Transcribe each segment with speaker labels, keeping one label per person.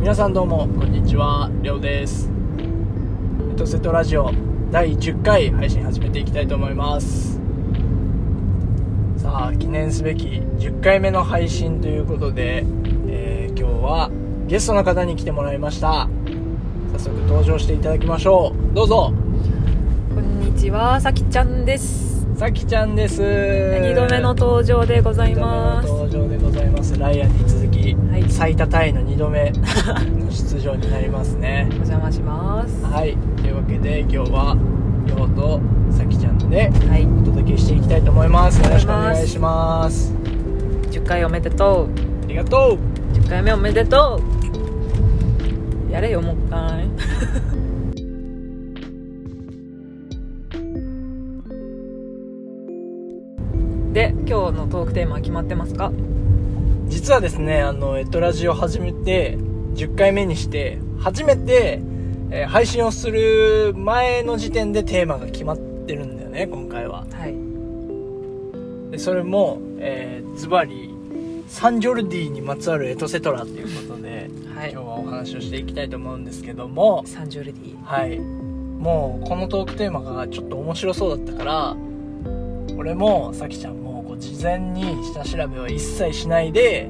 Speaker 1: 皆さんどうも、
Speaker 2: こんにちは、りょうです。
Speaker 1: えっと、瀬戸ラジオ第10回配信始めていきたいと思いますさあ記念すべき10回目の配信ということで、えー今日はゲストの方に来てもらいました早速登場していただきましょうどうぞ
Speaker 3: こんにちは、さきちゃんです。
Speaker 1: さきちゃんです
Speaker 3: 二度目の登場でございます。
Speaker 1: 二度目の登場でございますライアンに続き、
Speaker 3: はい
Speaker 1: 最多タイの2度目の出場になりますね
Speaker 3: お邪魔します。は
Speaker 1: はいというわけで今日はりょうとさきちゃんで
Speaker 3: い、
Speaker 1: お届けしていきたいと思いますよろしくお
Speaker 3: お願
Speaker 1: 願い
Speaker 3: い
Speaker 1: し
Speaker 3: し
Speaker 1: ます
Speaker 3: 10回おめでと
Speaker 1: ありがと
Speaker 3: う。10回目おめでとう。やれよ、もう一回。 で、今日のトークテーマは決まってますか
Speaker 1: う実はですねあのエトラジオ始めて10回目にして初めて、えー配信をする前の時点でテーマが決まってるんだよね今回は
Speaker 3: はい。
Speaker 1: でそれもえーズバリサンジョルディにまつわるエトセトラっていうことで、今
Speaker 3: はい
Speaker 1: 日。はお話をしていきたいと思うんですけども
Speaker 3: サンジョルディ。
Speaker 1: はいもうこのトークテーマがちょっと面白そうだったから俺もさきちゃんもこう事前に下調べは一切しないで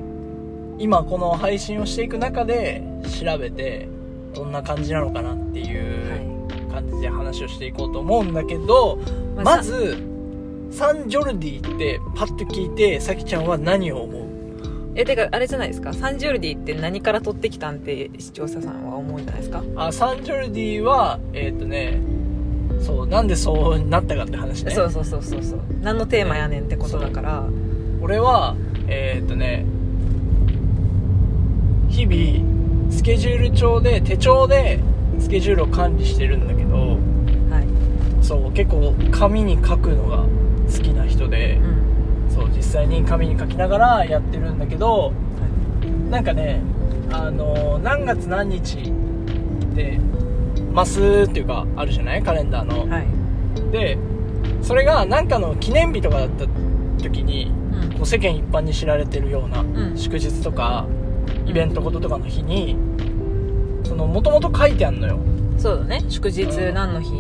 Speaker 1: 今この配信をしていく中で調べてどんな感じなのかなっていう
Speaker 3: は
Speaker 1: 感じで話をしていこうと思うんだけど、
Speaker 3: い。
Speaker 1: ま、ずサンジョルディってパッと聞いてさきちゃんは何を思う
Speaker 3: えてかあれじゃないですかサンジュルディって何から取ってきたんって視聴者さんは思うんじゃないですか、
Speaker 1: あサンジョルディはえっ、とねそうなんでそうなったかって話ね
Speaker 3: そうそうそうそうそう何のテーマやねんってことだから、
Speaker 1: 俺はえーっとね日々スケジュール帳で手帳でスケジュールを管理してるんだけど
Speaker 3: はい、
Speaker 1: そう結構紙に書くのが好きな人で
Speaker 3: う、ん
Speaker 1: そう実際に紙に書きながらやってるんだけどなんかねあの何月何日ってマスっていうかあるじゃないカレンダーの、
Speaker 3: はい、はい
Speaker 1: でそれが何かの記念日とかだった時にこう世間一般に知られてるような
Speaker 3: うん
Speaker 1: 祝日とかイベントこととかの日にそのもともと書いてあんのよ
Speaker 3: うん、そうだね祝日何の日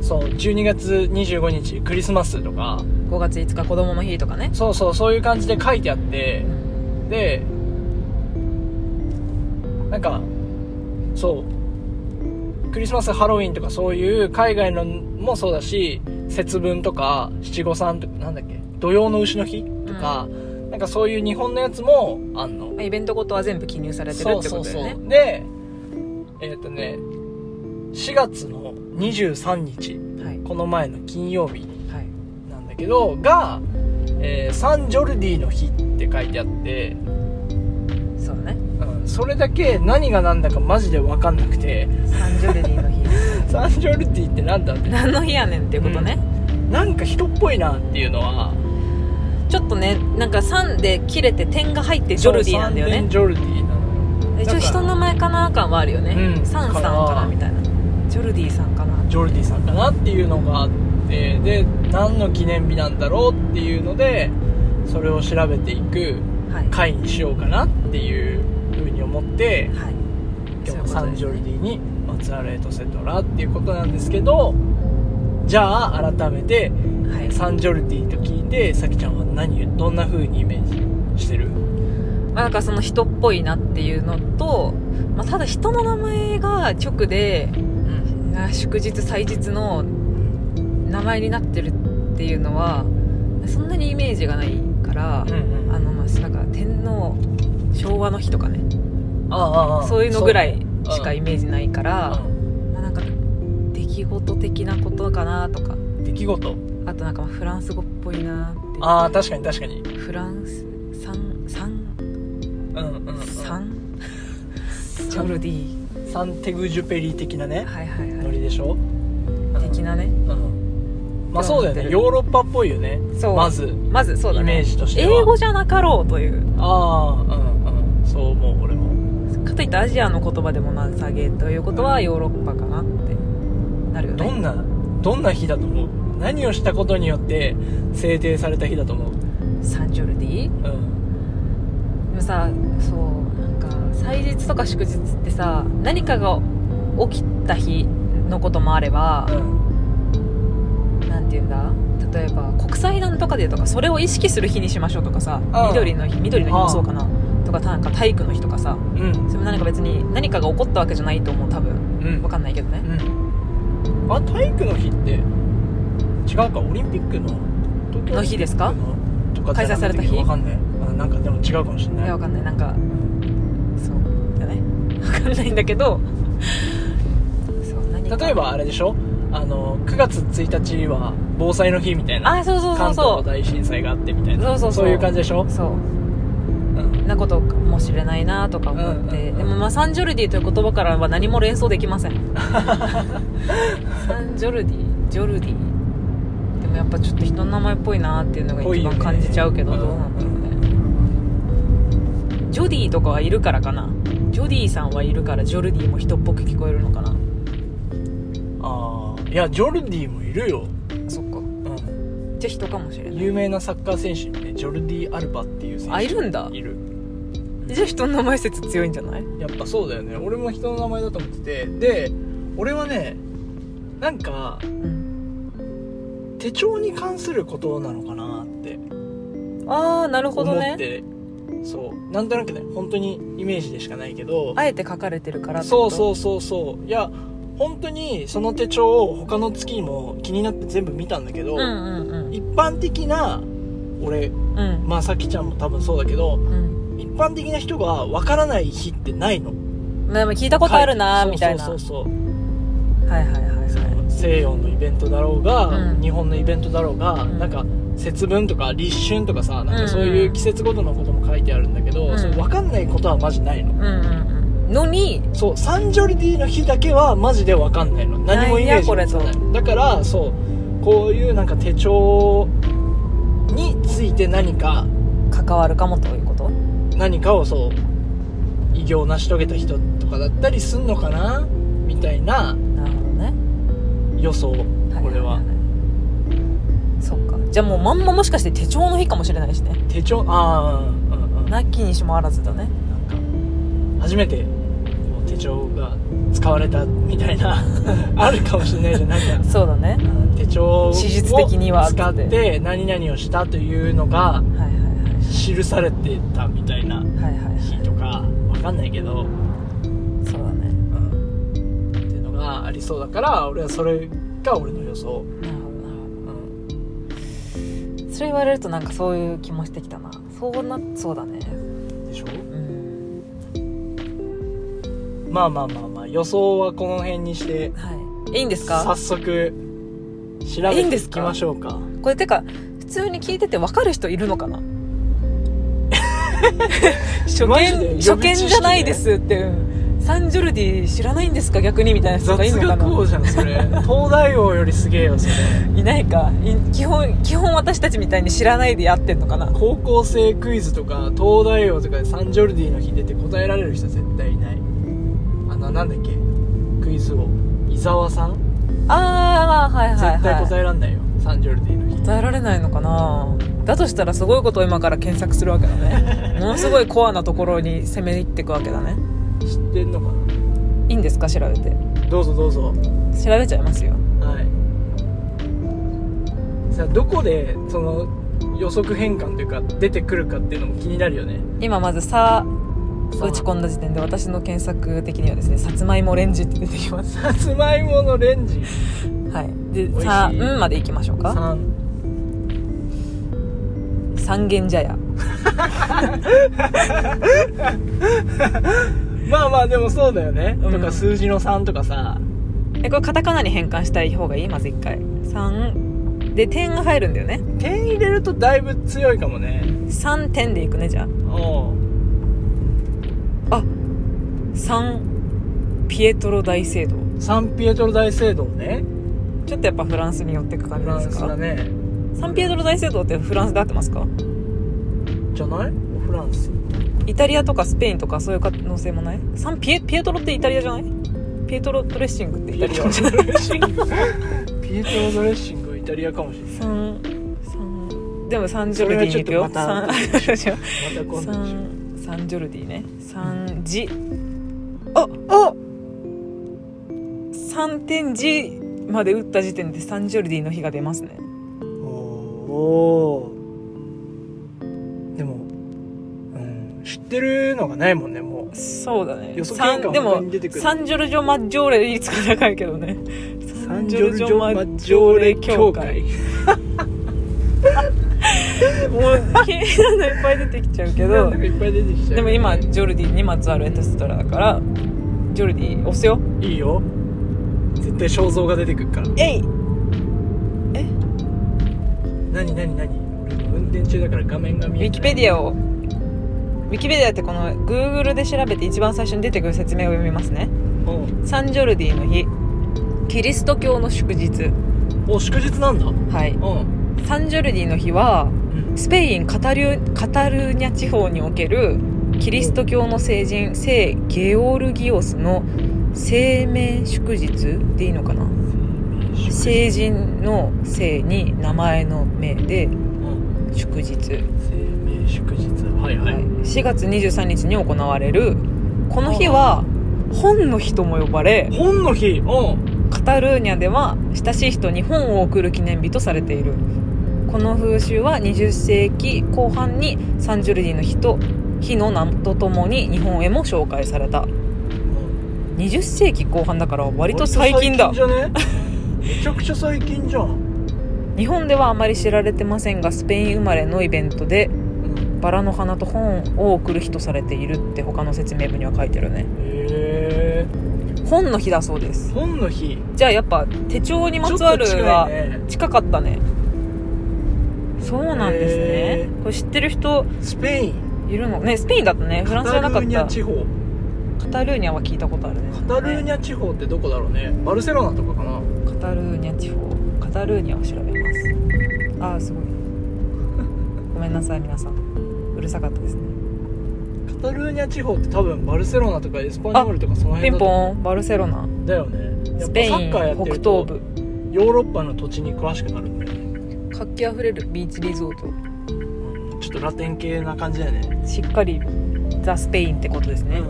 Speaker 1: そう12月25日クリスマスとか
Speaker 3: 5月5日子供の日とかね、
Speaker 1: そうそうそういう感じで書いてあって
Speaker 3: うん
Speaker 1: でなんかそうクリスマスハロウィンとかそういう海外のもそうだし節分とか七五三とかなんだっけ土用の丑の日とか、なんかそういう日本のやつもあんの
Speaker 3: まあイベントごとは全部記入されてるってことだよね
Speaker 1: でえっ、とね4月の23日
Speaker 3: はい
Speaker 1: この前の金曜日
Speaker 3: はい
Speaker 1: なんだけどが、えーサンジョルディの日って書いてあって、
Speaker 3: そうだね
Speaker 1: うんそれだけ何が何だかマジで分かんなくて
Speaker 3: サンジョルディの日
Speaker 1: サンジョルディってなんだって
Speaker 3: 何の日やねんっていうことね、
Speaker 1: なんか人っぽいなっていうのは
Speaker 3: ちょっとねなんかサンで切れて点が入ってジョルディなんだよ
Speaker 1: サン
Speaker 3: ね
Speaker 1: ジョルディなのよ
Speaker 3: えちょっと人の名前かな感はあるよね、
Speaker 1: うん
Speaker 3: サンさんかなみたいなジョルディさんかな
Speaker 1: ジョルディさんかなっていうのがあってで何の記念日なんだろうっていうのでそれを調べていく
Speaker 3: はい
Speaker 1: 回にしようかなっていうふうに思って
Speaker 3: はい
Speaker 1: 今日も
Speaker 3: そ
Speaker 1: サ
Speaker 3: ういう
Speaker 1: ン
Speaker 3: ことで
Speaker 1: ジ
Speaker 3: す
Speaker 1: ョルディにまつわるエトセトラっていうことなんですけどじゃあ改めて
Speaker 3: はい
Speaker 1: サンジョルディと聞いてさきちゃんは何どんな風にイメージしてる
Speaker 3: まあ、なんかその人っぽいなっていうのと、まあ、ただ人の名前が直で
Speaker 1: うん
Speaker 3: な祝日祭日の名前になってるっていうのはそんなにイメージがないから、
Speaker 1: うん
Speaker 3: あのまあなんか天皇昭和の日とかね
Speaker 1: ああ
Speaker 3: そういうのぐら
Speaker 1: い
Speaker 3: いしかイメージないから、まあ、なんか出来事的なことかなとか
Speaker 1: 出来事
Speaker 3: あとなんかまあフランス語っぽいなって
Speaker 1: ああ確かに確かに
Speaker 3: フランスサンサン
Speaker 1: うんうんうん
Speaker 3: サンジョルディ
Speaker 1: サンテグジュペリ的なね
Speaker 3: はいはいはい
Speaker 1: ノリでしょ
Speaker 3: 的なね
Speaker 1: うんまあそうだよねヨーロッパっぽいよね
Speaker 3: そう
Speaker 1: まず
Speaker 3: まずそうだ
Speaker 1: イメー
Speaker 3: ね
Speaker 1: ジとしては
Speaker 3: 英語じゃなかろうという
Speaker 1: ああうんうんそう思う俺も
Speaker 3: かといってアジアの言葉でもなさげということはヨーロッパかなってなるよ
Speaker 1: ど
Speaker 3: ね
Speaker 1: んなどんな日だと思う何をしたことによって制定された日だと思う
Speaker 3: サンジョルディ
Speaker 1: うん
Speaker 3: でもさそうなんか祭日日とか祝日ってさ何かが起きた日のこともあればなんて言うんだ例えば国際団とかでとかそれを意識する日にしましょうとかさ
Speaker 1: ああ
Speaker 3: 緑の日緑の日もそうかなとかなんか体育の日とかさ
Speaker 1: うんうん
Speaker 3: それも何か別に何かが起こったわけじゃないと思う多分
Speaker 1: うん
Speaker 3: わかんないけどね
Speaker 1: うんあ体育の日って違うかオリンピックの東京
Speaker 3: の日ですか
Speaker 1: オリンピックのとか
Speaker 3: 開催された日
Speaker 1: わかんないあなんかでも違うかもしれ
Speaker 3: い
Speaker 1: ない
Speaker 3: やわかんないなんかそうじゃないわかんないんだけどそう何か
Speaker 1: 例えばあれでしょあの9月1日は防災の日みたいな
Speaker 3: あそうそうそう
Speaker 1: 関東
Speaker 3: そ
Speaker 1: 大震災があってみたいな
Speaker 3: そうそうそう
Speaker 1: いう感じでしょ
Speaker 3: う、そう
Speaker 1: うん
Speaker 3: なことかもしれないなとか思っ
Speaker 1: う
Speaker 3: て、
Speaker 1: んうんうん
Speaker 3: でもまあサンジョルディという言葉からは何も連想できま せんサンジョルディジョルディでもやっぱちょっと人の名前っぽいなっていうのが
Speaker 1: ぽい
Speaker 3: 一
Speaker 1: よね
Speaker 3: 番感じちゃうけど、
Speaker 1: うん
Speaker 3: どうなんだろうねジョディとかはいるからかなジョディさんはいるからジョルディも人っぽく聞こえるのかな
Speaker 1: ああいやジョルディもいるよ、
Speaker 3: そっか
Speaker 1: うん、
Speaker 3: じゃあ人かもしれない
Speaker 1: 有名なサッカー選手にねジョルディ・アルバっていう選手
Speaker 3: あいるんだ
Speaker 1: いる
Speaker 3: じゃあ人の名前説強いんじゃない
Speaker 1: やっぱそうだよね俺も人の名前だと思っててで俺はねなんか
Speaker 3: うん
Speaker 1: 手帳に関することなのかなって
Speaker 3: ああなるほ
Speaker 1: 思
Speaker 3: ど
Speaker 1: っ
Speaker 3: ね
Speaker 1: て、そうなんとなくね本当にイメージでしかないけど
Speaker 3: あえて書かれてるからって
Speaker 1: そ
Speaker 3: こ
Speaker 1: う
Speaker 3: と
Speaker 1: そうそうそういや本当にその手帳を他の月も気になって全部見たんだけど、
Speaker 3: うんうん
Speaker 1: 一般的な俺
Speaker 3: うんうん
Speaker 1: まあさきちゃんも多分そうだけど
Speaker 3: うん、
Speaker 1: 一般的な人がわからない日ってないの
Speaker 3: でも聞いたことあるなーみたいな
Speaker 1: そうそうそうそう
Speaker 3: はいはいはいはい
Speaker 1: その西洋のイベントだろうが、
Speaker 3: うん
Speaker 1: 日本のイベントだろうが、
Speaker 3: ん
Speaker 1: なんか節分とか立春とかさなん
Speaker 3: うんう
Speaker 1: か
Speaker 3: ん
Speaker 1: そういう季節ごとのことも書いてあるんだけど、
Speaker 3: うん
Speaker 1: それ分かんないことはマジないの、
Speaker 3: うんうんうんのに
Speaker 1: そうサンジョルディの日だけはマジで分かんないの何もイメージがつか
Speaker 3: な
Speaker 1: ない
Speaker 3: んや
Speaker 1: いだからそうこういうなんか手帳について何か
Speaker 3: 関わるかもということ
Speaker 1: 何かをそう偉業を成し遂げた人とかだったりすんのかなみたいな
Speaker 3: なるほどね
Speaker 1: 予想
Speaker 3: い
Speaker 1: これはい
Speaker 3: いそっかじゃあもうまんまもしかして手帳の日かもしれないしね
Speaker 1: 手帳ああうんうんうん
Speaker 3: なきにしもあらずだね
Speaker 1: なんか初めてこう手帳が使われたみたい なあるかもしれないじゃんなんか
Speaker 3: そうだね
Speaker 1: うん手帳を
Speaker 3: 史実的には
Speaker 1: 使っ
Speaker 3: って
Speaker 1: て何々をしたというのが
Speaker 3: はいはい
Speaker 1: 記されてたみたいな
Speaker 3: はいはいはいはい
Speaker 1: 日とかわかんないけど、
Speaker 3: そうだね
Speaker 1: うん、っていうのがありそうだから俺はそれが俺の予想、
Speaker 3: なるほどなるほ
Speaker 1: うん、
Speaker 3: どそれ言われるとなんかそういう気もしてきたなそうなそうだね
Speaker 1: でしょ
Speaker 3: うん
Speaker 1: まあまあまあまあ予想はこの辺にして
Speaker 3: はいいいんです
Speaker 1: 早
Speaker 3: か
Speaker 1: 速調べ
Speaker 3: いいん
Speaker 1: て
Speaker 3: で
Speaker 1: い
Speaker 3: す
Speaker 1: き
Speaker 3: か
Speaker 1: ましょうか
Speaker 3: これてか普通に聞いてて分かる人いるのか な初
Speaker 1: マジで
Speaker 3: 見初見じゃないですって、うんサンジョルディ知らないんですか逆にみたいな人がいる
Speaker 1: 雑
Speaker 3: のか
Speaker 1: 学王
Speaker 3: な
Speaker 1: じゃんそ れ東大王よりすげえよそれ
Speaker 3: いないかい基本基本私たちみたいに知らないでやってんのかな
Speaker 1: 高校生クイズとか東大王とかでサンジョルディの日出て答えられる人絶対いないあのなんだっけクイズ王伊沢さん
Speaker 3: ああはいはい、はい、
Speaker 1: 絶対答えらんないよ、サンジョルディの日
Speaker 3: 答えられないのかなだとしたらすごいことを今から検索するわけだ ねものすごいコアなところに攻め入っていくわけだね
Speaker 1: 知ってんのか
Speaker 3: いいんですか調べて
Speaker 1: などうぞどうぞ
Speaker 3: 調べちゃいますよ
Speaker 1: はいさあどこでその予測変換というか出てくるかっていうのも気になるよね
Speaker 3: 今まず「さ」
Speaker 1: さ
Speaker 3: 打ち込んだ時点で私の検索的にはですね「さつまいもオレンジ」って出て きます
Speaker 1: さつまいものレンジ
Speaker 3: はい
Speaker 1: 美
Speaker 3: で
Speaker 1: 味しい
Speaker 3: 「さ」うんまでいきましょうか
Speaker 1: 3
Speaker 3: 「三軒茶屋」
Speaker 1: まあまあでもそうだよね、
Speaker 3: うん
Speaker 1: とか数字の3とかさ
Speaker 3: えこれカタカナに変換したい方がいいまず1回「三」で点が入るんだよね
Speaker 1: 点入れるとだいぶ強いかもね
Speaker 3: 「三点」でいくねじゃ
Speaker 1: おう
Speaker 3: ああ三ピエトロ大聖堂
Speaker 1: サンピエトロ大聖堂ね
Speaker 3: ちょっとやっぱフランスに寄ってく感
Speaker 1: フラ
Speaker 3: じ
Speaker 1: ン
Speaker 3: で
Speaker 1: ス
Speaker 3: す
Speaker 1: だ
Speaker 3: か
Speaker 1: ね
Speaker 3: サンピエトロ大聖堂ってフランスで合ってますか
Speaker 1: じゃないフランス
Speaker 3: イタリアとかスペインとかそういう可能性もないサンピエピエトロってイタリアじゃないピエトロドレッシングってイ
Speaker 1: ピ
Speaker 3: タ
Speaker 1: エ
Speaker 3: リ
Speaker 1: ト
Speaker 3: ア
Speaker 1: ロ
Speaker 3: じゃない
Speaker 1: ドレッシングピエトロドレッシングはイタリアかもしれない
Speaker 3: サンサンでもサンジョルディに行くよ
Speaker 1: それはちょっとまた
Speaker 3: サン 違う
Speaker 1: また今
Speaker 3: サ
Speaker 1: 度にしよ
Speaker 3: ンサンジョルディねサンジああ3点字まで打った時点でサンジョルディの日が出ますね
Speaker 1: おーでも、うん、知ってるのがないもんねも
Speaker 3: そうだね
Speaker 1: 予測変換
Speaker 3: さんで
Speaker 1: 本当
Speaker 3: も
Speaker 1: に出てくる
Speaker 3: サンジョルジョ・マッジョーレ率が高いけどね
Speaker 1: う
Speaker 3: サンジョルジョ・マッジョーレ 協会もう気になるのいっぱい出てきちゃうけ
Speaker 1: な
Speaker 3: ど
Speaker 1: んだかいっぱい出てきちゃう
Speaker 3: でも今ジョルディにまつわるエトセトラだからジョルディ押すよ
Speaker 1: いいよ絶対肖像が出てくるから
Speaker 3: えい
Speaker 1: 何何何俺運転中だから画面が
Speaker 3: ウ
Speaker 1: 見え
Speaker 3: ィ
Speaker 1: な
Speaker 3: キ
Speaker 1: い
Speaker 3: ペディアをウィキペディアってこの Google で調べて一番最初に出てくる説明を読みますね
Speaker 1: おう
Speaker 3: サンジョルディの日キリスト教の祝日
Speaker 1: お祝日なんだう
Speaker 3: はい
Speaker 1: ん
Speaker 3: サンジョルディの日はスペインカタリュカタルーニャ地方におけるキリスト教の聖人聖ゲオルギオスの生命祝日でいいのかな
Speaker 1: 成
Speaker 3: 聖人の聖に名前の名で
Speaker 1: うん
Speaker 3: 祝日、
Speaker 1: 生命祝日はいは
Speaker 3: はい
Speaker 1: い、
Speaker 3: 4月23日に行われるこの日は本の日とも呼ばれ
Speaker 1: 本の日うん
Speaker 3: カタルーニャでは親しい人に本を贈る記念日とされているこの風習は20世紀後半にサンジュルディの日と日の名とともに日本へも紹介された20世紀後半だから割と最近だ
Speaker 1: 割と最近じゃねめちゃくちゃ最近じゃん
Speaker 3: 日本ではあまり知られてませんがスペイン生まれのイベントでバラの花と本を贈る日とされているって他の説明文には書いてるね
Speaker 1: へえ
Speaker 3: 本の日だそうです
Speaker 1: 本の日
Speaker 3: じゃあやっぱ手帳にまつわるは近かったねそうなんですね、
Speaker 1: へ
Speaker 3: これ知ってる人
Speaker 1: スペイン
Speaker 3: いるのねスペインだったねフランスじゃな
Speaker 1: カ
Speaker 3: か
Speaker 1: タルー
Speaker 3: っ
Speaker 1: ニャ
Speaker 3: た
Speaker 1: 地方
Speaker 3: カタルーニャは聞いたことあるね
Speaker 1: カタルーニャ地方ってどこだろうねバルセロナとかかな
Speaker 3: カタルーニャ地方カタルーニャを調べますああすごい ごめんなさい皆さんうるさかったですね
Speaker 1: カタルーニャ地方って多分バルセロナとかエスパニョールとかその辺
Speaker 3: ピン
Speaker 1: だと
Speaker 3: ポンバルセロナ
Speaker 1: だよねやっ
Speaker 3: ス
Speaker 1: ぱ
Speaker 3: ペ
Speaker 1: サ
Speaker 3: イ
Speaker 1: ッ
Speaker 3: ン
Speaker 1: カーや
Speaker 3: 北
Speaker 1: ってる
Speaker 3: 東
Speaker 1: と
Speaker 3: 部
Speaker 1: ヨーロッパの土地に詳しくなるんだよね
Speaker 3: 活気あふれるビーチリゾート
Speaker 1: うんちょっとラテン系な感じだよね
Speaker 3: しっかりザ・スペインってことですね、
Speaker 1: ん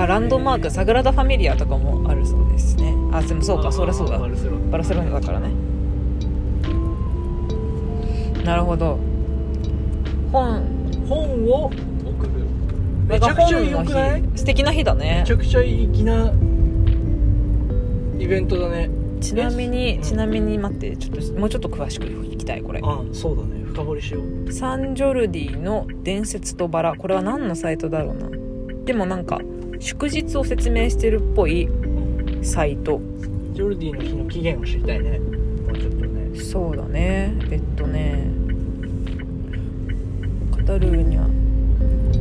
Speaker 3: あランドマークサグラダ・ファミリアとかもあるそうですねあでもそうかそりゃそうだ
Speaker 1: バルセロナ
Speaker 3: バルセロナだからねなるほど本
Speaker 1: 本を送るめちゃくちゃ良くない
Speaker 3: 素敵な日だね
Speaker 1: めちゃくちゃ粋なイベントだね
Speaker 3: ちなみ
Speaker 1: う
Speaker 3: に
Speaker 1: ん
Speaker 3: ちなみに待ってちょっともうちょっと詳しく聞きたいこれ
Speaker 1: あそうだね深掘りしよう
Speaker 3: サンジョルディの伝説とバラこれは何のサイトだろうなでもなんか祝日を説明してるっぽいサイト
Speaker 1: ジョルディの日の起源を知りたいねもうちょっとね
Speaker 3: そうだねえっとねカタルーニャ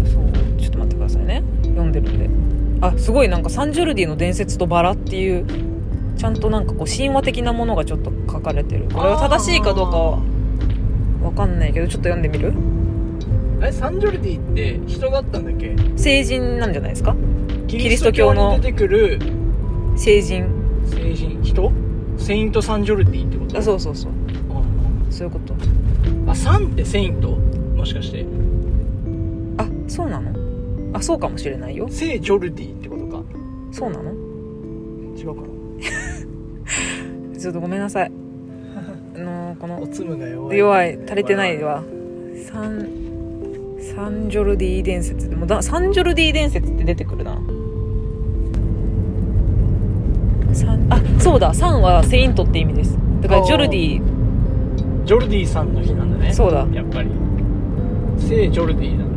Speaker 3: そうちょっと待ってくださいね読んでるんであすごいなんかサンジョルディの伝説とバラっていうちゃんとなんかこう神話的なものがちょっと書かれてるこれは正しいかどうかはわかんないけどちょっと読んでみる
Speaker 1: えサンジョルディって人だったんだっけ
Speaker 3: 聖人なんじゃないですか
Speaker 1: キ
Speaker 3: リスト教の
Speaker 1: リスト教に出てくる
Speaker 3: 聖人
Speaker 1: 聖人人セイント・サンジョルディってこと
Speaker 3: あそうそうそう
Speaker 1: うん
Speaker 3: そういうこと
Speaker 1: あサンってセイントもしかして
Speaker 3: あそうなのあそうかもしれないよ
Speaker 1: 聖ジョルディってことか
Speaker 3: そうなの
Speaker 1: 違うかな
Speaker 3: ちょっとごめんなさいあのーこの
Speaker 1: おつむが弱い
Speaker 3: 弱い足りてないわサンサンジョルディ伝説でもだサンジョルディ伝説って出てくるなサンあそうだサンはセイントって意味ですだからジョルディ
Speaker 1: ジョルディさんの日なんだね
Speaker 3: そうだ
Speaker 1: やっぱり聖ジョルディなん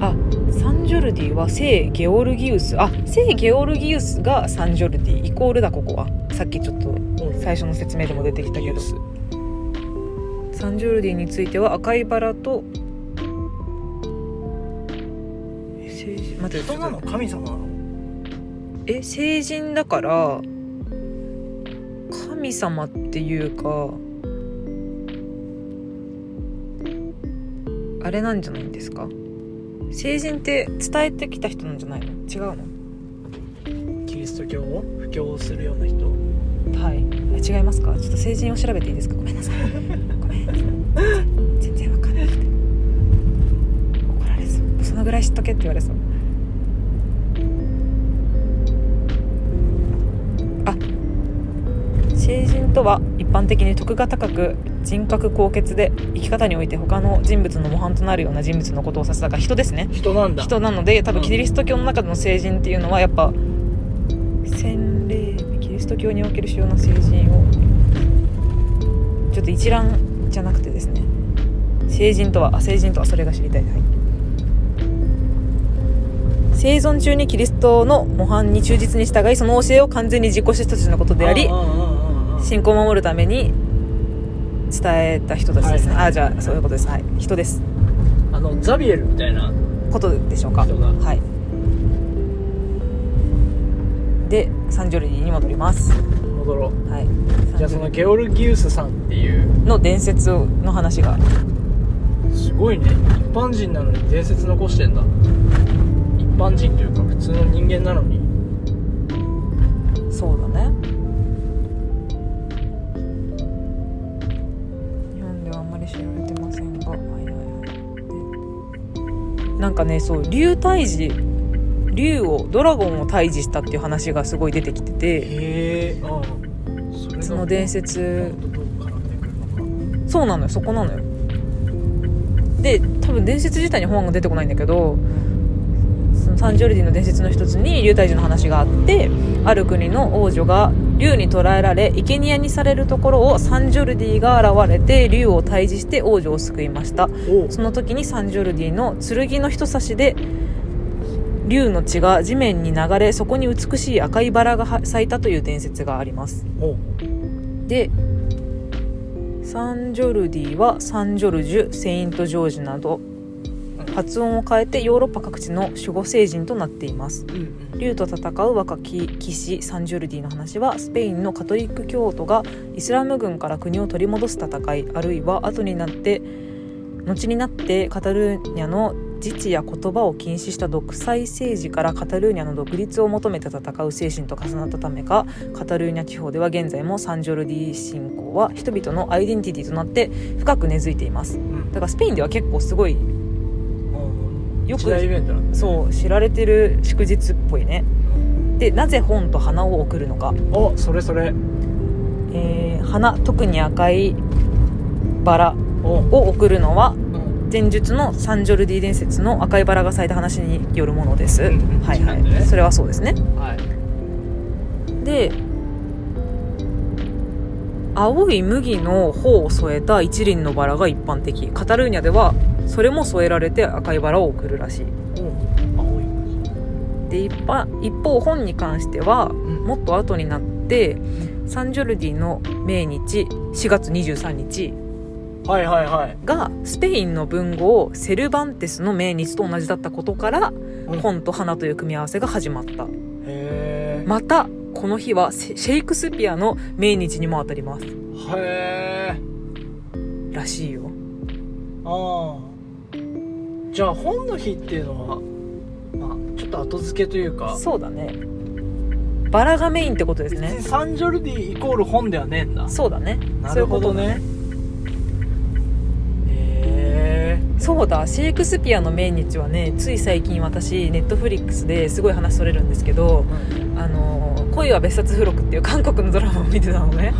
Speaker 1: だ
Speaker 3: あサンジョルディは聖ゲオルギウスあ聖ゲオルギウスがサンジョルディイコールだここはさっきちょっと最初の説明でも出てきたけどサンジョルディについては赤いバラとえ聖人待ってちょ
Speaker 1: 人な
Speaker 3: っと
Speaker 1: の神様なの
Speaker 3: え成人だから神様っていうかあれなんじゃないんですか成人って伝えてきた人なんじゃないの違う
Speaker 1: キリスト教を布教するような人
Speaker 3: のはいえ違いますかちょっと成人を調べていいですかごめんなさいごめんなさい全全然わかんなくて怒られそうそのぐらい知っとけって言われそうあ成人とは一般的に徳が高く人格高潔で生き方において他の人物の模範となるような人物のことを指すだから人ですね
Speaker 1: 人なんだ
Speaker 3: 人なので多
Speaker 1: う
Speaker 3: 分
Speaker 1: ん
Speaker 3: キリスト教の中での成人っていうのはやっぱ洗礼キリスト教における主要な成人をちょっと一覧じゃなくてですね成人とはあ成人とはそれが知りたい、はい、生存中にキリストの模範に忠実に従いその教えを完全に実行した人たちのことであり
Speaker 1: うんうんうんうん
Speaker 3: 信仰を守るために伝えた人たちですね、
Speaker 1: はい
Speaker 3: あじゃあそういうことですはい人です
Speaker 1: あのザビエルみたいな
Speaker 3: ことでしょうか
Speaker 1: 人が
Speaker 3: はいでサンジョルディに戻ります
Speaker 1: 戻ろう
Speaker 3: はい
Speaker 1: じゃあそのゲオルギウスさんっていう
Speaker 3: の伝説の話が
Speaker 1: すごいね一般人なのに伝説残してんだ一般人というか普通の人間なのに
Speaker 3: そうだね日本ではあんまり知られてませんがはいはいはいでなんかねそう竜退治竜をドラゴンを退治したっていう話がすごい出てきてて
Speaker 1: へえああそれが
Speaker 3: その伝説
Speaker 1: どう絡んでくるのか
Speaker 3: そうなのよそこなのよで多分伝説自体に本が出てこないんだけどそのサンジョルディの伝説の一つに竜退治の話があってある国の王女が竜に捕らえられ生贄にされるところをサンジョルディが現れて竜を退治して王女を救いました
Speaker 1: おう
Speaker 3: その時にサンジョルディの剣の人差しで竜の血が地面に流れそこに美しい赤いバラがは咲いたという伝説があります
Speaker 1: おう
Speaker 3: でサンジョルディはサンジョルジュセイントジョージなど発音を変えてヨーロッパ各地の守護聖人となっています
Speaker 1: うんうん
Speaker 3: 竜と戦う若き騎士サンジョルディの話はスペインのカトリック教徒がイスラム軍から国を取り戻す戦いあるいは後になって後になってカタルーニャの自治や言葉を禁止した独裁政治からカタルーニャの独立を求めて戦う精神と重なったためかカタルーニャ地方では現在もサンジョルディ信仰は人々のアイデンティティとなって深く根付いています
Speaker 1: うん
Speaker 3: だからスペインでは結構すごいよ
Speaker 1: よく
Speaker 3: く
Speaker 1: 一大イベントなんだ
Speaker 3: そう知られてる祝日っぽいねでなぜ本と花を贈るのか、
Speaker 1: おそれそれ
Speaker 3: えー花特に赤いバラ
Speaker 1: おう
Speaker 3: を贈るのは
Speaker 1: うん
Speaker 3: 前述のサンジョルディ伝説の赤いバラが咲いた話によるものです、
Speaker 1: うんうん
Speaker 3: はい
Speaker 1: そうな
Speaker 3: は
Speaker 1: んだね
Speaker 3: いそれはそうですね
Speaker 1: はい
Speaker 3: で青い麦の頬を添えた一輪のバラが一般的カタルーニャではそれも添えられて赤いバラを贈るらし
Speaker 1: お
Speaker 3: い
Speaker 1: う青い
Speaker 3: で一般一方本に関しては
Speaker 1: ん
Speaker 3: もっと後になってサンジョルディの命日4月23日
Speaker 1: はいはいはい
Speaker 3: がスペインの文豪セルバンテスの命日と同じだったことから
Speaker 1: うん
Speaker 3: 本と花という組み合わせが始まった
Speaker 1: へえ
Speaker 3: またこの日はシェシェイクスピアの命日にも当たります
Speaker 1: へえ
Speaker 3: らしいよ
Speaker 1: ああじゃあ本の日っていうのはまあちょっと後付けというか
Speaker 3: そうだねバラがメインってことです
Speaker 1: 別に
Speaker 3: ね
Speaker 1: サンジョルディイコール本ではねえんだ
Speaker 3: そうだね
Speaker 1: なるほどねへえ
Speaker 3: そうだシェイクスピアの命日はねつい最近私ネットフリックスですごい話それるんですけどあのー恋は別冊付録っていう韓国のドラマを見てたのね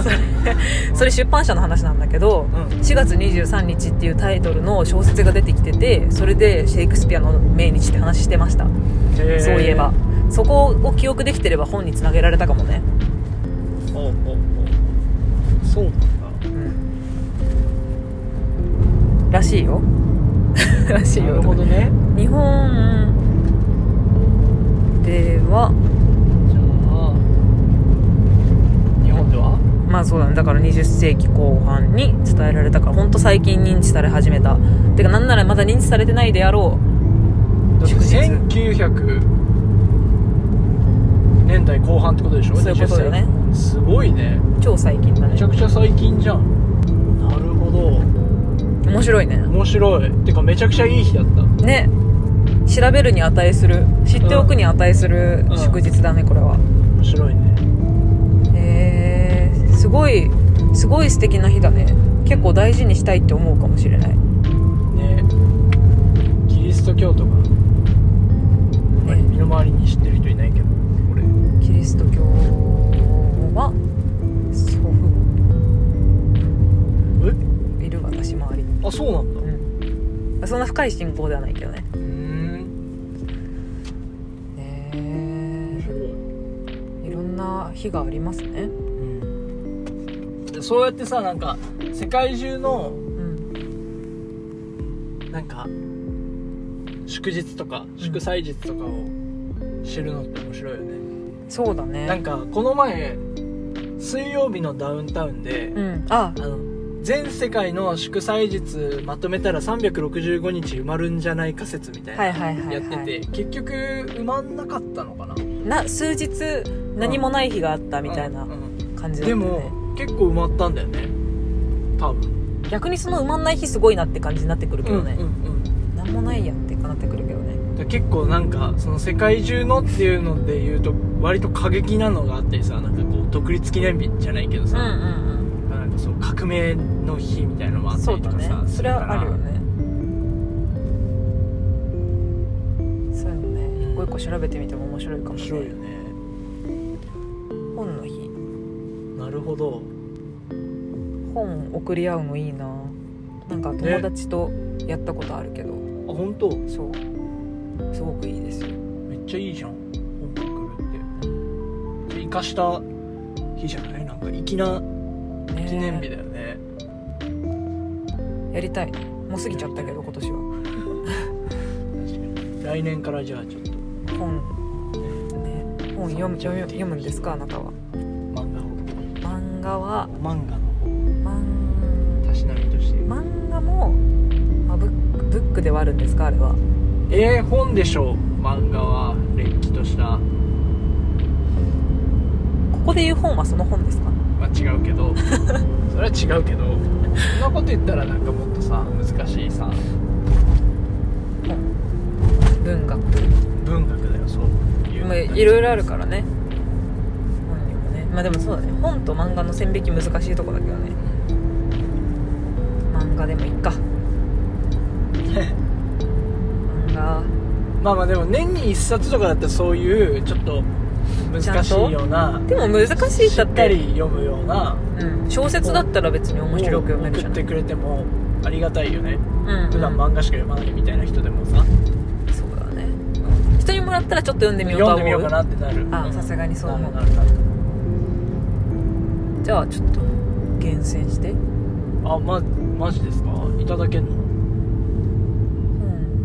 Speaker 3: それそれ出版社の話なんだけど
Speaker 1: うんうん
Speaker 3: 4月23日っていうタイトルの小説が出てきててそれでシェイクスピアの命日って話してました
Speaker 1: へー
Speaker 3: そういえばそこを記憶できてれば本につなげられたかもね
Speaker 1: おうおうおうそうなんだ
Speaker 3: うんらしいよ らしい
Speaker 1: な
Speaker 3: よ
Speaker 1: るほどね
Speaker 3: 日本では
Speaker 1: じゃあ日本では
Speaker 3: まあそうだねだから20世紀後半に伝えられたからほんと最近認知され始めたてかなんならまだ認知されてないであろ
Speaker 1: だって
Speaker 3: 祝日
Speaker 1: 1900年代後半ってことでしょ
Speaker 3: そういうことだよね
Speaker 1: 20世紀すごいね
Speaker 3: う超最近だ
Speaker 1: め
Speaker 3: ね
Speaker 1: ちゃくちゃ最近じゃんなるほど
Speaker 3: 面白いね
Speaker 1: 面白いてかめちゃくちゃいい日だった
Speaker 3: ね調べるに値する知っておくに値する
Speaker 1: うん
Speaker 3: 祝日だねこれは
Speaker 1: 面白いね
Speaker 3: へえすごいすごい素敵な日だね結構大事にしたいって思うかもしれない
Speaker 1: ねキリスト教徒がやっぱり身の回りに知ってる人いないけど俺
Speaker 3: キリスト教深い信仰ではないけどね
Speaker 1: うーん
Speaker 3: ね
Speaker 1: 面
Speaker 3: え
Speaker 1: 白い
Speaker 3: いろんな日がありますね
Speaker 1: でそうやってさなんか世界中の
Speaker 3: うん
Speaker 1: なんか祝日とか祝祭日とかを知るのって面白いよね、
Speaker 3: そう
Speaker 1: な
Speaker 3: だ
Speaker 1: ん
Speaker 3: ね
Speaker 1: かこの前水曜日のダウンタウンで、
Speaker 3: うんあ
Speaker 1: あの全世界の祝祭日まとめたら365日埋まるんじゃないか説みたいな
Speaker 3: はいはいはい、はい、
Speaker 1: やってて、結局埋まんなかったのかな
Speaker 3: な数日何もない日があったみたいな
Speaker 1: うんうん
Speaker 3: 感じだっ
Speaker 1: で
Speaker 3: たよね、
Speaker 1: も結構埋まったんだよね多分
Speaker 3: 逆にその埋まんない日すごいなって感じになってくるけどね、
Speaker 1: うんうんうん
Speaker 3: なん、何もないやんってかなってくるけどね
Speaker 1: で結構なんかその世界中のっていうので言うと割と過激なのがあったりさなんかこう独立記念日じゃないけど
Speaker 3: うん
Speaker 1: さ、
Speaker 3: うん
Speaker 1: なんかそう革命の日みたいなのもあ
Speaker 3: うん
Speaker 1: った
Speaker 3: そう
Speaker 1: りと
Speaker 3: だ
Speaker 1: か
Speaker 3: ね
Speaker 1: さ
Speaker 3: それはあるよねそうよね一個一個調べてみても面白いかも
Speaker 1: 面
Speaker 3: ね
Speaker 1: 白いよね
Speaker 3: 本の日
Speaker 1: なるほど
Speaker 3: 本送り合うのいいななんか友達とやったことあるけど、
Speaker 1: あ本当
Speaker 3: そうすごくいいですよ
Speaker 1: めっちゃいいじゃん本送るって生かした日じゃないなんか粋な
Speaker 3: ね
Speaker 1: 記念日だよね、
Speaker 3: やりたいねもう過ぎちゃったけど今年は
Speaker 1: 確かに来年からじゃあちょっと
Speaker 3: 本ね本読む読む読むんですかあなたは
Speaker 1: 漫画を
Speaker 3: 漫画は
Speaker 1: 漫画の
Speaker 3: 漫
Speaker 1: たしなみとして
Speaker 3: 漫画も、まあ、ブックブックではあるんですかあれは
Speaker 1: えー、本でしょう漫画はれっきとした
Speaker 3: ここで言う本はその本ですか
Speaker 1: まあ、違うけ どそれは違うけどそんなこと言ったらなんかもっとさ難しいさ
Speaker 3: 文学
Speaker 1: 文学だよそう
Speaker 3: まあいろいろあるからね本にもねまあでもそうだね本と漫画の線引き難しいとこだけどね漫画でもいっか 漫画
Speaker 1: まあまあでも年に一冊とかだったらそういうちょっと難しいような
Speaker 3: でも難しいん
Speaker 1: し
Speaker 3: だ
Speaker 1: っ
Speaker 3: っ
Speaker 1: かり
Speaker 3: て、
Speaker 1: 読むような
Speaker 3: うん、小説だったら別に面白く読めるじ
Speaker 1: 送
Speaker 3: ゃ
Speaker 1: っ
Speaker 3: な
Speaker 1: て
Speaker 3: い、
Speaker 1: くれてもありがたいよね
Speaker 3: うんうん、
Speaker 1: 普段漫画しか読まないみたいな人でもさ
Speaker 3: そうだね人にもらったらちょっと読んでみようと
Speaker 1: 読ん
Speaker 3: は
Speaker 1: でみよう
Speaker 3: 思
Speaker 1: か
Speaker 3: う
Speaker 1: なってなる
Speaker 3: あさすがにそう思う
Speaker 1: なるなるなる
Speaker 3: じゃあちょっと厳選して
Speaker 1: あまマジですかいただけんの
Speaker 3: う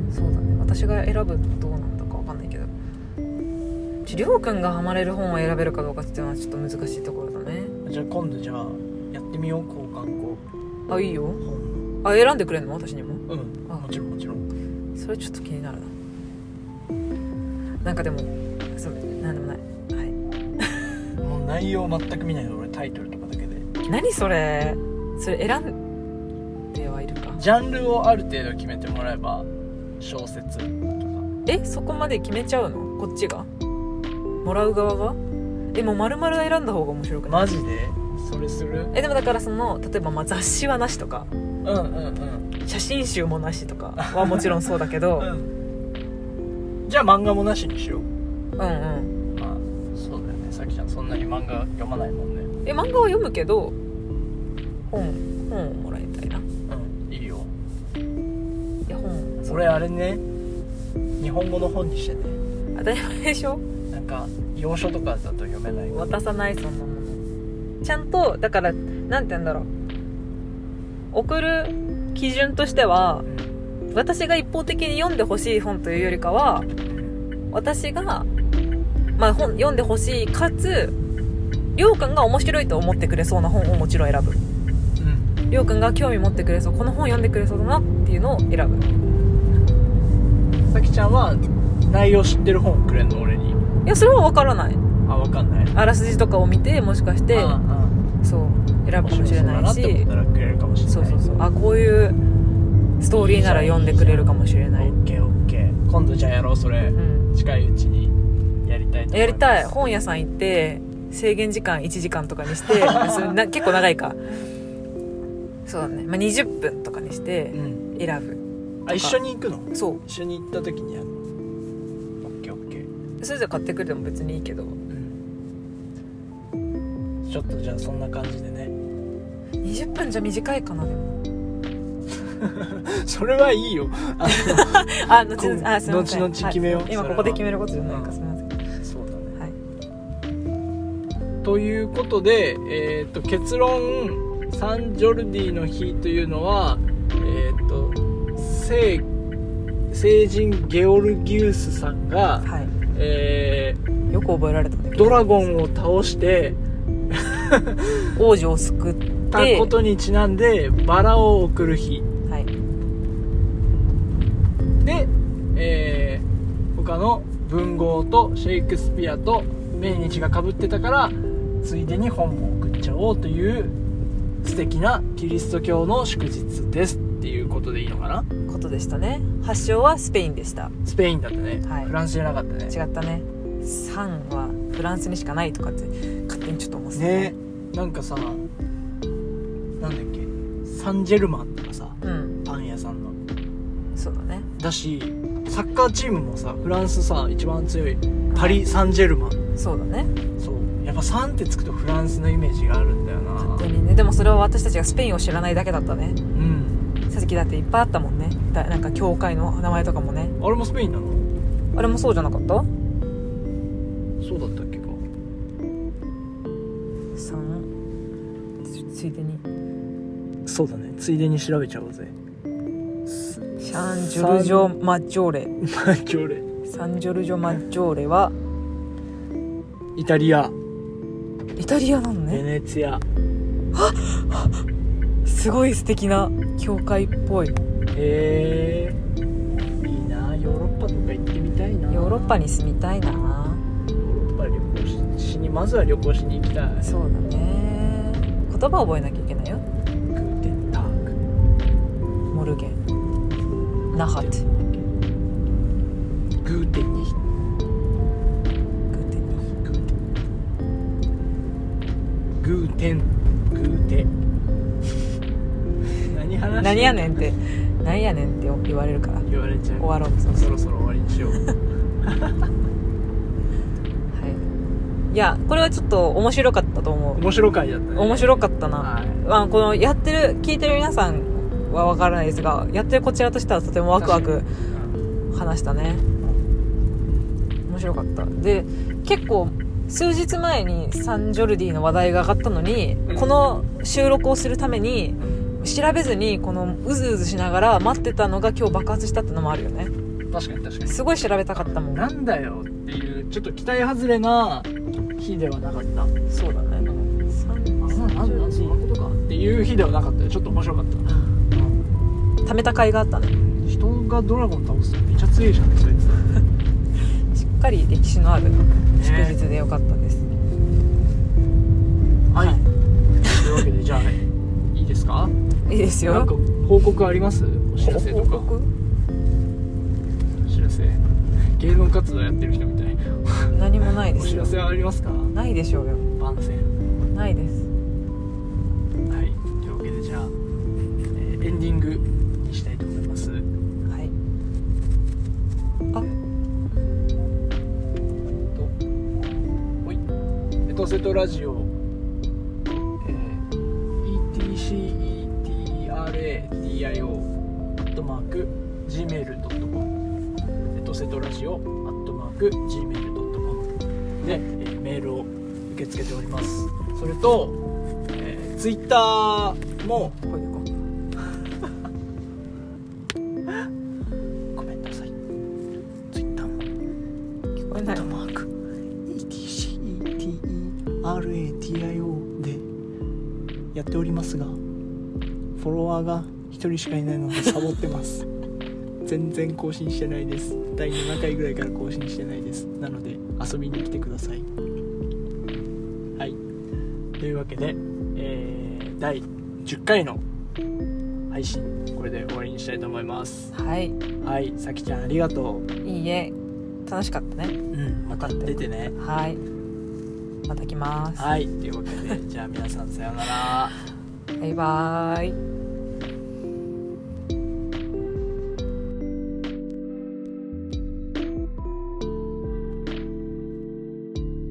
Speaker 3: んそうだね私が選ぶとどうなんだかわかんないけどちょりょうくんがハマれる本を選べるかどうかっていうのはちょっと難しいところだね
Speaker 1: じゃあ今度じゃあやってみよう交換校
Speaker 3: あいいよ
Speaker 1: 本
Speaker 3: あ選んでくれんの私にも
Speaker 1: うん
Speaker 3: あ
Speaker 1: もちろんもちろん
Speaker 3: それちょっと気になるななんかでもそうなんでもない、は
Speaker 1: もう内容全く見ないの俺タイトルとかだけで
Speaker 3: い、何それそれ選んではいるか
Speaker 1: ジャンルをある程度決めてもらえば小説とか
Speaker 3: えそこまで決めちゃうのこっちがもらう側がえもう丸々選んだ方が面白くない
Speaker 1: マジでそれする
Speaker 3: えでもだからその例えばまあ雑誌はなしとか
Speaker 1: うんうんうん
Speaker 3: 写真集もなしとかはもちろんそうだけど、
Speaker 1: うんじゃあ漫画もなしにしよう
Speaker 3: うんうん
Speaker 1: まあそうだよねさきちゃんそんなに漫画読まないもんね
Speaker 3: え漫画は読むけど本本をもらいたいない
Speaker 1: うんいいよ
Speaker 3: や本
Speaker 1: 俺あれね日本語の本にしてね
Speaker 3: 当たり前でしょ
Speaker 1: なんか洋書とかだと読めない
Speaker 3: 渡さないそんなものちゃんとだからなんて言うんだろう送る基準としては私が一方的に読んでほしい本というよりかは私が、まあ、本読んでほしいかつりょうくんが面白いと思ってくれそうな本をもちろん選ぶ
Speaker 1: うん
Speaker 3: りょうくんが興味持ってくれそうこの本読んでくれそうだなっていうのを選ぶ
Speaker 1: さきちゃんは内容知ってる本くれんの俺に
Speaker 3: いやそれは分からない
Speaker 1: あわかんない
Speaker 3: あらすじとかを見てもしかして
Speaker 1: ああ
Speaker 3: そう選ぶかもしれない
Speaker 1: 面白そ
Speaker 3: し
Speaker 1: うだなって思ったらくれるかもしれない
Speaker 3: そうそうそうあこういうストーリーなら読んでくれるかもしれ
Speaker 1: オ
Speaker 3: ない
Speaker 1: ッケーオッケー今度じゃあやろうそれ
Speaker 3: うん
Speaker 1: 近いうちにやりたいと思います
Speaker 3: やりたい本屋さん行って制限時間1時間とかにして それな結構長いかそうだね、まあ、20分とかにして
Speaker 1: うん
Speaker 3: 選
Speaker 1: あ一緒に行くの
Speaker 3: ぶそう
Speaker 1: 一緒に行った時にやるのオッケーオッケー
Speaker 3: それじゃ買ってくれても別にいいけど
Speaker 1: ちょっとじゃあそんな感じでね
Speaker 3: 20分じゃ短いかなでも
Speaker 1: それはいいよあ
Speaker 3: あ後々あすみません
Speaker 1: 後々決めよう
Speaker 3: はい
Speaker 1: それは
Speaker 3: 今ここで決めることじゃないかすみません
Speaker 1: のそうだね
Speaker 3: はい
Speaker 1: ということで、えー、と結論サンジョルディの日というのは、えー、と聖聖人ゲオルギウスさんが、
Speaker 3: はい
Speaker 1: え
Speaker 3: よく覚えられたね
Speaker 1: ードラゴンを倒して
Speaker 3: 王女を救って
Speaker 1: たことにちなんでバラを贈る日
Speaker 3: はい
Speaker 1: で、えー他の文豪とシェイクスピアと命日がかぶってたからついでに本も送っちゃおうという素敵なキリスト教の祝日ですっていうことでいいのかな
Speaker 3: ことでしたね発祥はスペインでした
Speaker 1: スペインだったね、
Speaker 3: はい
Speaker 1: フランスじゃなかったね
Speaker 3: 違ったねサンはフランスにしかないとかって勝手にちょっと思ってた
Speaker 1: ねなんかさなんだっけサンジェルマンとかさ
Speaker 3: うん
Speaker 1: パン屋さんの
Speaker 3: そうだね
Speaker 1: だしサッカーチームもさフランスさ一番強いパリ・サンジェルマン
Speaker 3: そうだね
Speaker 1: そうやっぱ3ってつくとフランスのイメージがあるんだよな
Speaker 3: 勝手にねでもそれは私たちがスペインを知らないだけだったね
Speaker 1: うん
Speaker 3: 佐々木だっていっぱいあったもんねだなんか教会の名前とかもね
Speaker 1: あれもスペインなの
Speaker 3: あれもそうじゃなかった
Speaker 1: そうだったっけか
Speaker 3: サンつついでに
Speaker 1: そうだねついでに調べちゃおうぜ
Speaker 3: シャンジョルジョ・マッジョーレ
Speaker 1: まあ今日俺
Speaker 3: サンジョルジョ・マッジョーレは
Speaker 1: イタリア
Speaker 3: イタリアなの
Speaker 1: ベ
Speaker 3: ね
Speaker 1: ネツィア
Speaker 3: すごい素敵な教会っぽいヨ
Speaker 1: へえいいなヨーロッパとか行ってみたいな
Speaker 3: ーロッパに住みたいな
Speaker 1: ヨーロッパ旅行ししにまずは旅行しに行きたい
Speaker 3: そうだね言葉覚えなきゃいけないよ
Speaker 1: グーテンターク
Speaker 3: モルゲンナハト
Speaker 1: グーテンに
Speaker 3: グーテンに
Speaker 1: グーテングーテン何話してんの
Speaker 3: 何やねんって何やねんって言われるから
Speaker 1: 言われちゃう
Speaker 3: 終わろうそう
Speaker 1: そろそろ終わりにしよう
Speaker 3: はい、いやこれはちょっと面白かったと思う
Speaker 1: 面白回だったね
Speaker 3: 面白かったな、
Speaker 1: はい
Speaker 3: まあ、このやってる聞いてる皆さんは分からないですがやってるこちらとしてはとてもワクワク話したね面白かったで結構数日前にサンジョルディの話題が上がったのに、
Speaker 1: うん
Speaker 3: この収録をするために調べずにこのうずうずしながら待ってたのが今日爆発したってのもあるよね
Speaker 1: 確かに確か
Speaker 3: すごい調べたかったも
Speaker 1: に
Speaker 3: ん
Speaker 1: なんだよっていうちょっと期待外れな日ではなかった
Speaker 3: そうだねサンサンジョルディ
Speaker 1: ことかっていう日ではなかったよちょっと面白かった
Speaker 3: 貯めた甲斐があったね
Speaker 1: 人がドラゴン倒すとめっちゃ強いじゃんそいつ
Speaker 3: しっかり歴史のある祝日でよかったです、
Speaker 1: はい、
Speaker 3: はい
Speaker 1: というわけでじゃあいいですか
Speaker 3: いいですよ
Speaker 1: なんか報告ありますお知らせとか
Speaker 3: 報告
Speaker 1: お知らせ芸能活動やってる人みたい
Speaker 3: 何もないで
Speaker 1: お
Speaker 3: す
Speaker 1: 知
Speaker 3: よ
Speaker 1: らせありますか
Speaker 3: ないでしょうよ
Speaker 1: 番宣
Speaker 3: ないです
Speaker 1: はい、というわけでじゃあ、えーエンディングにしたいと思います。
Speaker 3: はい
Speaker 1: とほいエトセトラジオ、えー、etcetradio アットマーク gmail.com エトセトラジオアットマーク gmail.com で、えーメールを受け付けております。それと、えー、ツイッターも
Speaker 3: こういうこ
Speaker 1: ごめんなさい。ツイッターも
Speaker 3: 聞こえない
Speaker 1: ットマーク ETCETERATIO でやっておりますがフォロワーが1人しかいないのでサボってます 全然更新してないです第7回ぐらいから更新してないですなので遊びに来てくださいはいというわけで、えー第10回の配信これで終わりにしたいと思います
Speaker 3: はい
Speaker 1: はいさきちゃんありがとう
Speaker 3: いいえ楽しかったね
Speaker 1: うんまた出てね
Speaker 3: はいまた来ます
Speaker 1: はい、というわけで、じゃあ皆さんさようなら。
Speaker 3: バイバーイ